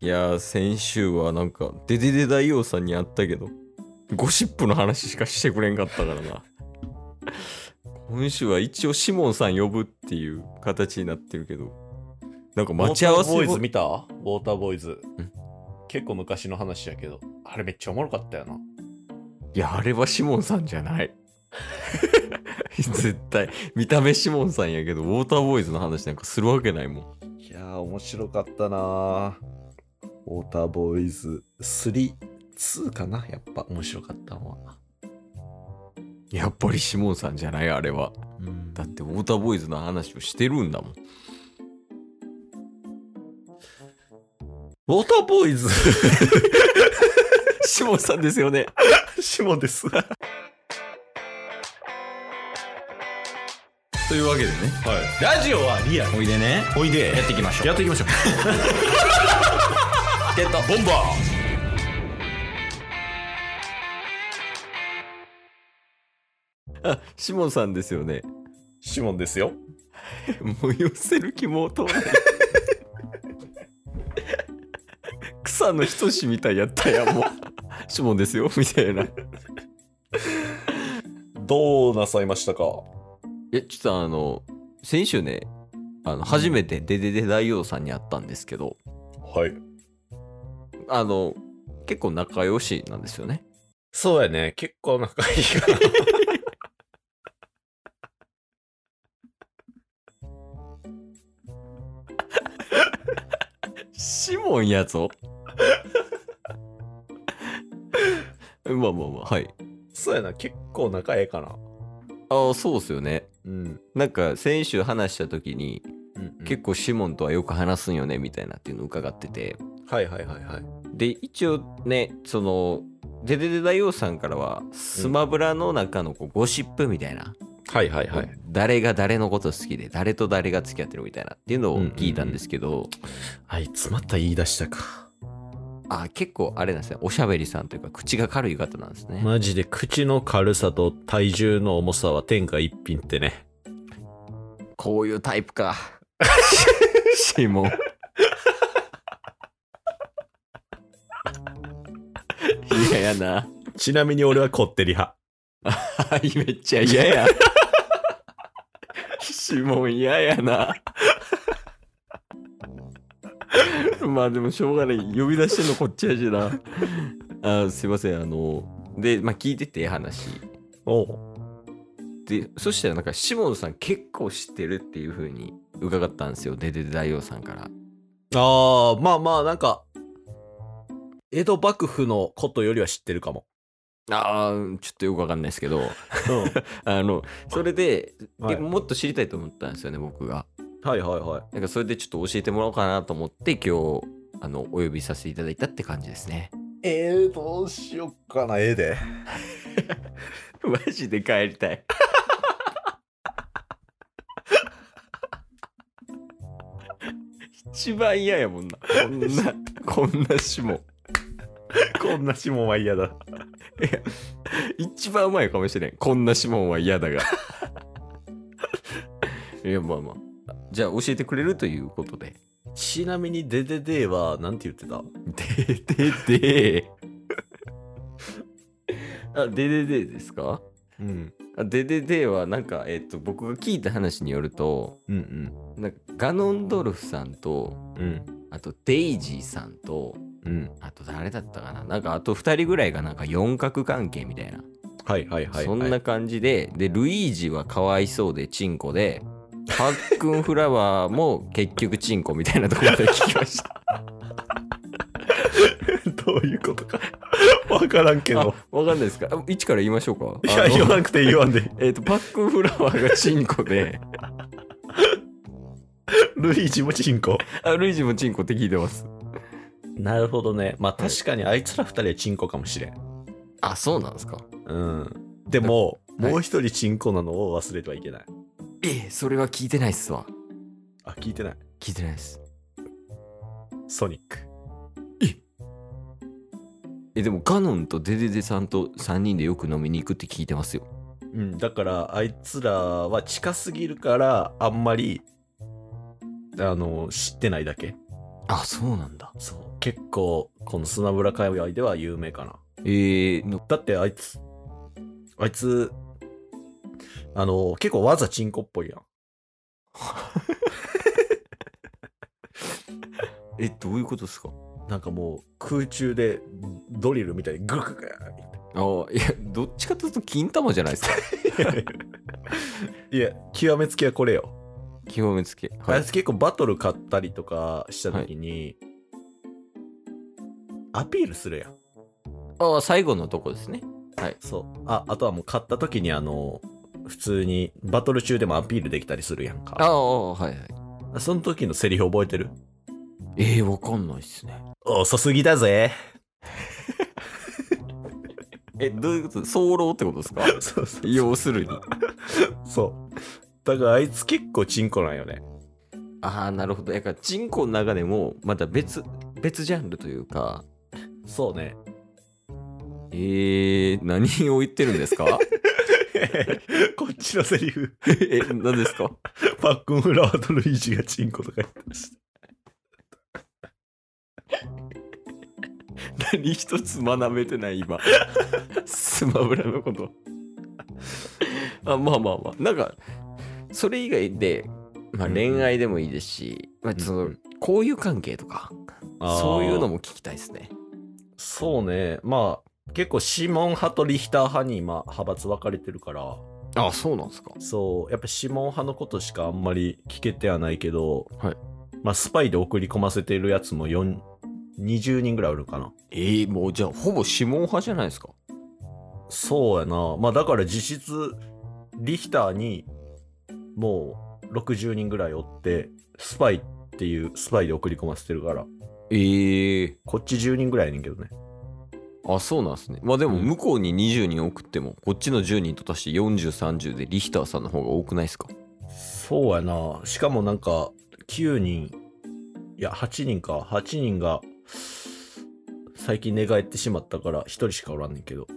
いやー、先週はなんか、デデデ大王さんに会ったけど、ゴシップの話しかしてくれんかったからな。今週は一応シモンさん呼ぶっていう形になってるけど、なんか待ち合わせウォーターボーイをズ見たウォーターボーイズん。結構昔の話やけど、あれめっちゃおもろかったよな。いや、あれはシモンさんじゃない。 絶対、見た目シモンさんやけど、ウォーターボーイズの話なんかするわけないもん。いやー、面白かったなウォーターボーイズ3、2かなやっぱ面白かったわ。やっぱりシモンさんじゃない、あれは。うんだって、ウォーターボーイズの話をしてるん だもん。ウォーターボーイズ シモンさんですよね。シモンです。はい。というわけでね、ラジオはリアル。おいでね、おいで。やっていきましょう。やっていきましょ う。ゲットボンバあ、シモンさんですよね。ーシモンですよ。もう寄せる気も通らない。草の人しみたいやったやん もう。シモンですよ、みたいな。どうなさいましたかえ、ちょっとあの、先週ね、あの初めてデデデ大王さんに会ったんですけど、はい。あの、結構仲良しなんですよね。そうやね。結構仲いいから。シモンやぞ。 まあまあまあ、はい。そうやな。結構仲ええかな。ああ、そうっすよね。うん。なんか先週話した時に、結結構シモンとはよく話すんよねみたいなっていうのを伺ってて構。はいはいはいはい。で一応ねそのデデデ大王さんからはスマブラの中のこうゴシップみたいな、はいはい。誰が誰のこと好きで誰と誰が付き合ってるみたいなっていうのを聞いたんですけど、あいつまた言い出したか。あ結構あれなんですねおしゃべりさんというか口が軽い方なんですね、マジで口の軽さと体重の重さは天下一品ってね。こういうタイプかシ モン嫌やなちなみに俺はこってり派。はい、めっちゃ嫌や。指紋嫌やな。まあでもしょうがない。呼び出してんのこっちやしな。あすいません、あの、で、まあ聞いてて話。おう。で、そしたらなんか、シモンさん結構知ってるっていう風に伺ったんですよ。デデデ大王さんから。ああ、まあまあなんか、江戸幕府のことよりは知ってるかも。ああ、ちょっとよくわかんないですけど、うあの、それで、ん。はいでもっと知りたいと思ったんですよね、僕が。はいはい。なんかそれでちょっと教えてもらおうかなと思って今日あのお呼びさせていただいたって感じですね。 えー、どうしよっかな、絵で。 マジで帰りたい。一番嫌やもんな。こんな、こんなしも。 こんな指紋は嫌だ。一番うまいかもしれん。こんな指紋は嫌だが。 いや、まあまあ。じゃあ教えてくれるということで。ちなみにデデデは、なんて言ってたででで。 あ、でででですかうん。あででではなんか、えっと僕が聞いた話によるとうんなんかガノンドルフさんとうん。うん。あとデイジーさんとうん。あと誰だったかななんかあと2人ぐらいがなんか四角関係みたいな、はいはいはいはい。そんな感じででルイージはかわいそうでチンコでパックンフラワーも結局チンコみたいなところで聞きました どういうことか 分からんけあ。わかんないですかあ一から言いましょうかいあや、の言わなくて言わんで。えっとパックンフラワーがチンコで ルイージもチンコ。あルイージもチンコって聞いてますなるほどね。まあ確かにあいつら二人はチンコかもしれん。あそうなんですかうん。でも、はいもう一人チンコなのを忘れてはいけない。ええそれは聞いてないっすわあ、聞いてない。聞いてないですソニック。えでもガノンとデデデさんと3人でよく飲みに行くって聞いてますようん。だから、あいつらは近すぎるから、あんまり、あの、知ってないだけ。あ、そうなんだ。そう。結構、このスマブラ界隈では有名かな。ええー、のだってあいつ、あいつ、あの、結構技チンコっぽいやん。え、どういうことですかなんかもう空中でドリルみたいにグクグああ、いや、どっちかというと金玉じゃないですか。 いや、極めつけはこれよ。極めつけ。はあいい。つ結構バトル買ったりとかした時に、アピールするやん。ああ、最後のとこですね。そう。あ、あとはもう買った時にあの、普通にバトル中でもアピールできたりするやんあか。あ、はいはい。その時のセリフ覚えてるええわかんないっすね。遅すぎだぜ。え、どういうこと早漏ってことですか そうそ う要するに。そう。だからあいつ結構チンコなんよね。ああ、なるほど。だから、人口の中でも、また別、別ジャンルというか、そうね。ええ何を言ってるんですか こっちのセリフ、 え、何ですかパックンフラワーとルイージがチンコとか言ってました。何一つ学べてない今スマブラのことあまあまあまあなんかそれ以外で、まあ、うん恋愛でもいいですし、まあ、そのうん交友関係とかそういうのも。も聞きたいですねそうね。まあ、結構シモン派とリヒター派に今、派閥分かれてるから、あそうなんですかそう、やっぱシモン派のことしかあんまり聞けてはないけど、はいまあ、スパイで送り込ませてるやつも4 20人ぐらいおるかな。えー、もうじゃあほぼ指紋派じゃないですかそうやな。まあだから実質、リヒターにもう60人ぐらいおって、スパイっていうスパイで送り込ませてるから、ええこっち10人ぐらいやねんけどね。あそうなんですねまあでもうん向こうに20人送ってもこっちの10人と足して4030でリヒターさんの方が多くないですかそうやな。しかもなんか、9人、いや、8人か。8人が、最近寝返ってしまったから、1人しかおらんねんけど。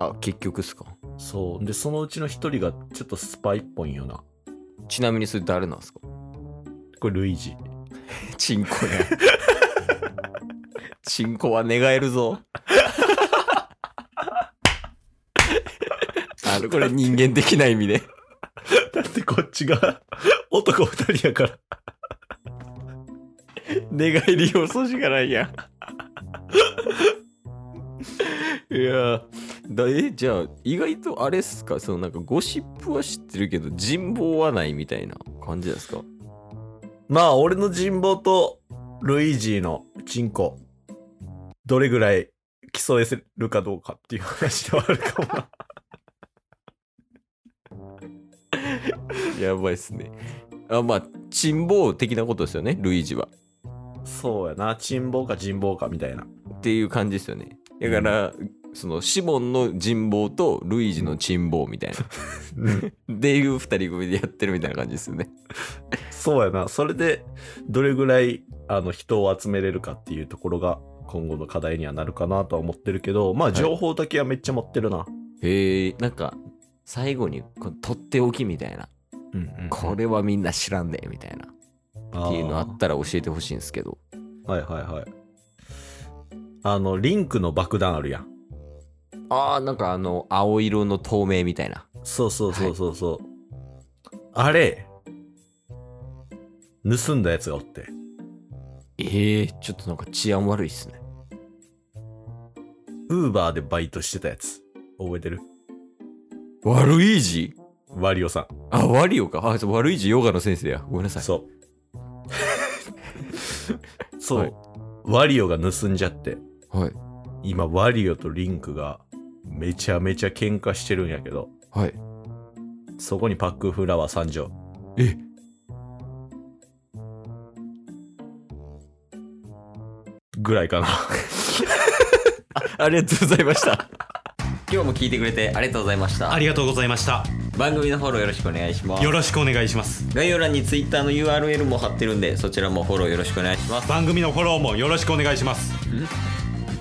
あ結局っすかそう。で、そのうちの1人がちょっとスパイっぽいんよな。ちなみにそれ誰なんですかこれ、ルイージ。チンコや。 チンコは寝返るぞ。 あの、これ人間的な意味で。 だってこっちが、男2人やから。寝返り要素しかないや ん。いやーだえじゃあ意外とあれっすかそのなんかゴシップは知ってるけど人望はないみたいな感じなんですかまあ、俺の人望とルイージーのチンコ、どれぐらい競えるかどうかっていう話ではあるかもな。やばいっすねあまあ人望的なことですよねルイージは そうやな。チンボか人望かみたいな。っていう感じですよね。だから、そのシモンの人望とルイージの珍望みたいな。っていう二人組でやってるみたいな感じですよね。そうやな。それで、どれぐらい、あの、人を集めれるかっていうところが、今後の課題にはなるかなとは思ってるけど、まあ、い情報だけはめっちゃ持ってるな。へえ、なんか最後にこうとっておきみたいな。うんうんこれはみんな知らんでみたいな。あーっていうのあったら教えてほしいんですけど。はいはいはい。あの、リンクの爆弾あるやん。ああ、なんかあの青色の透明みたいな。そうそうそうそうそう。あれ、盗んだやつがおって。ええ、ちょっとなんか治安悪いっすね。ウーバーでバイトしてたやつ。覚えてる悪い字ワリオさあ、ワリオか。あ、そう悪い字ヨガの先生や。ごめんなさん。い。 そう。そう、はいワリオが盗んじゃって。はい。今、ワリオとリンクがめちゃめちゃ喧嘩してるんやけど、はい。そこにパックンフラワー参上。えぐらいかな。ありがとうございました。 今日も聞いてくれてありがとうございました。ありがとうございました。番組のフォローよろしくお願いしますよ。ろしくお願いします。概要欄に Twitter の URL も貼ってるんで、そちらもフォローよろしくお願いします。番組のフォローもよろしくお願いします。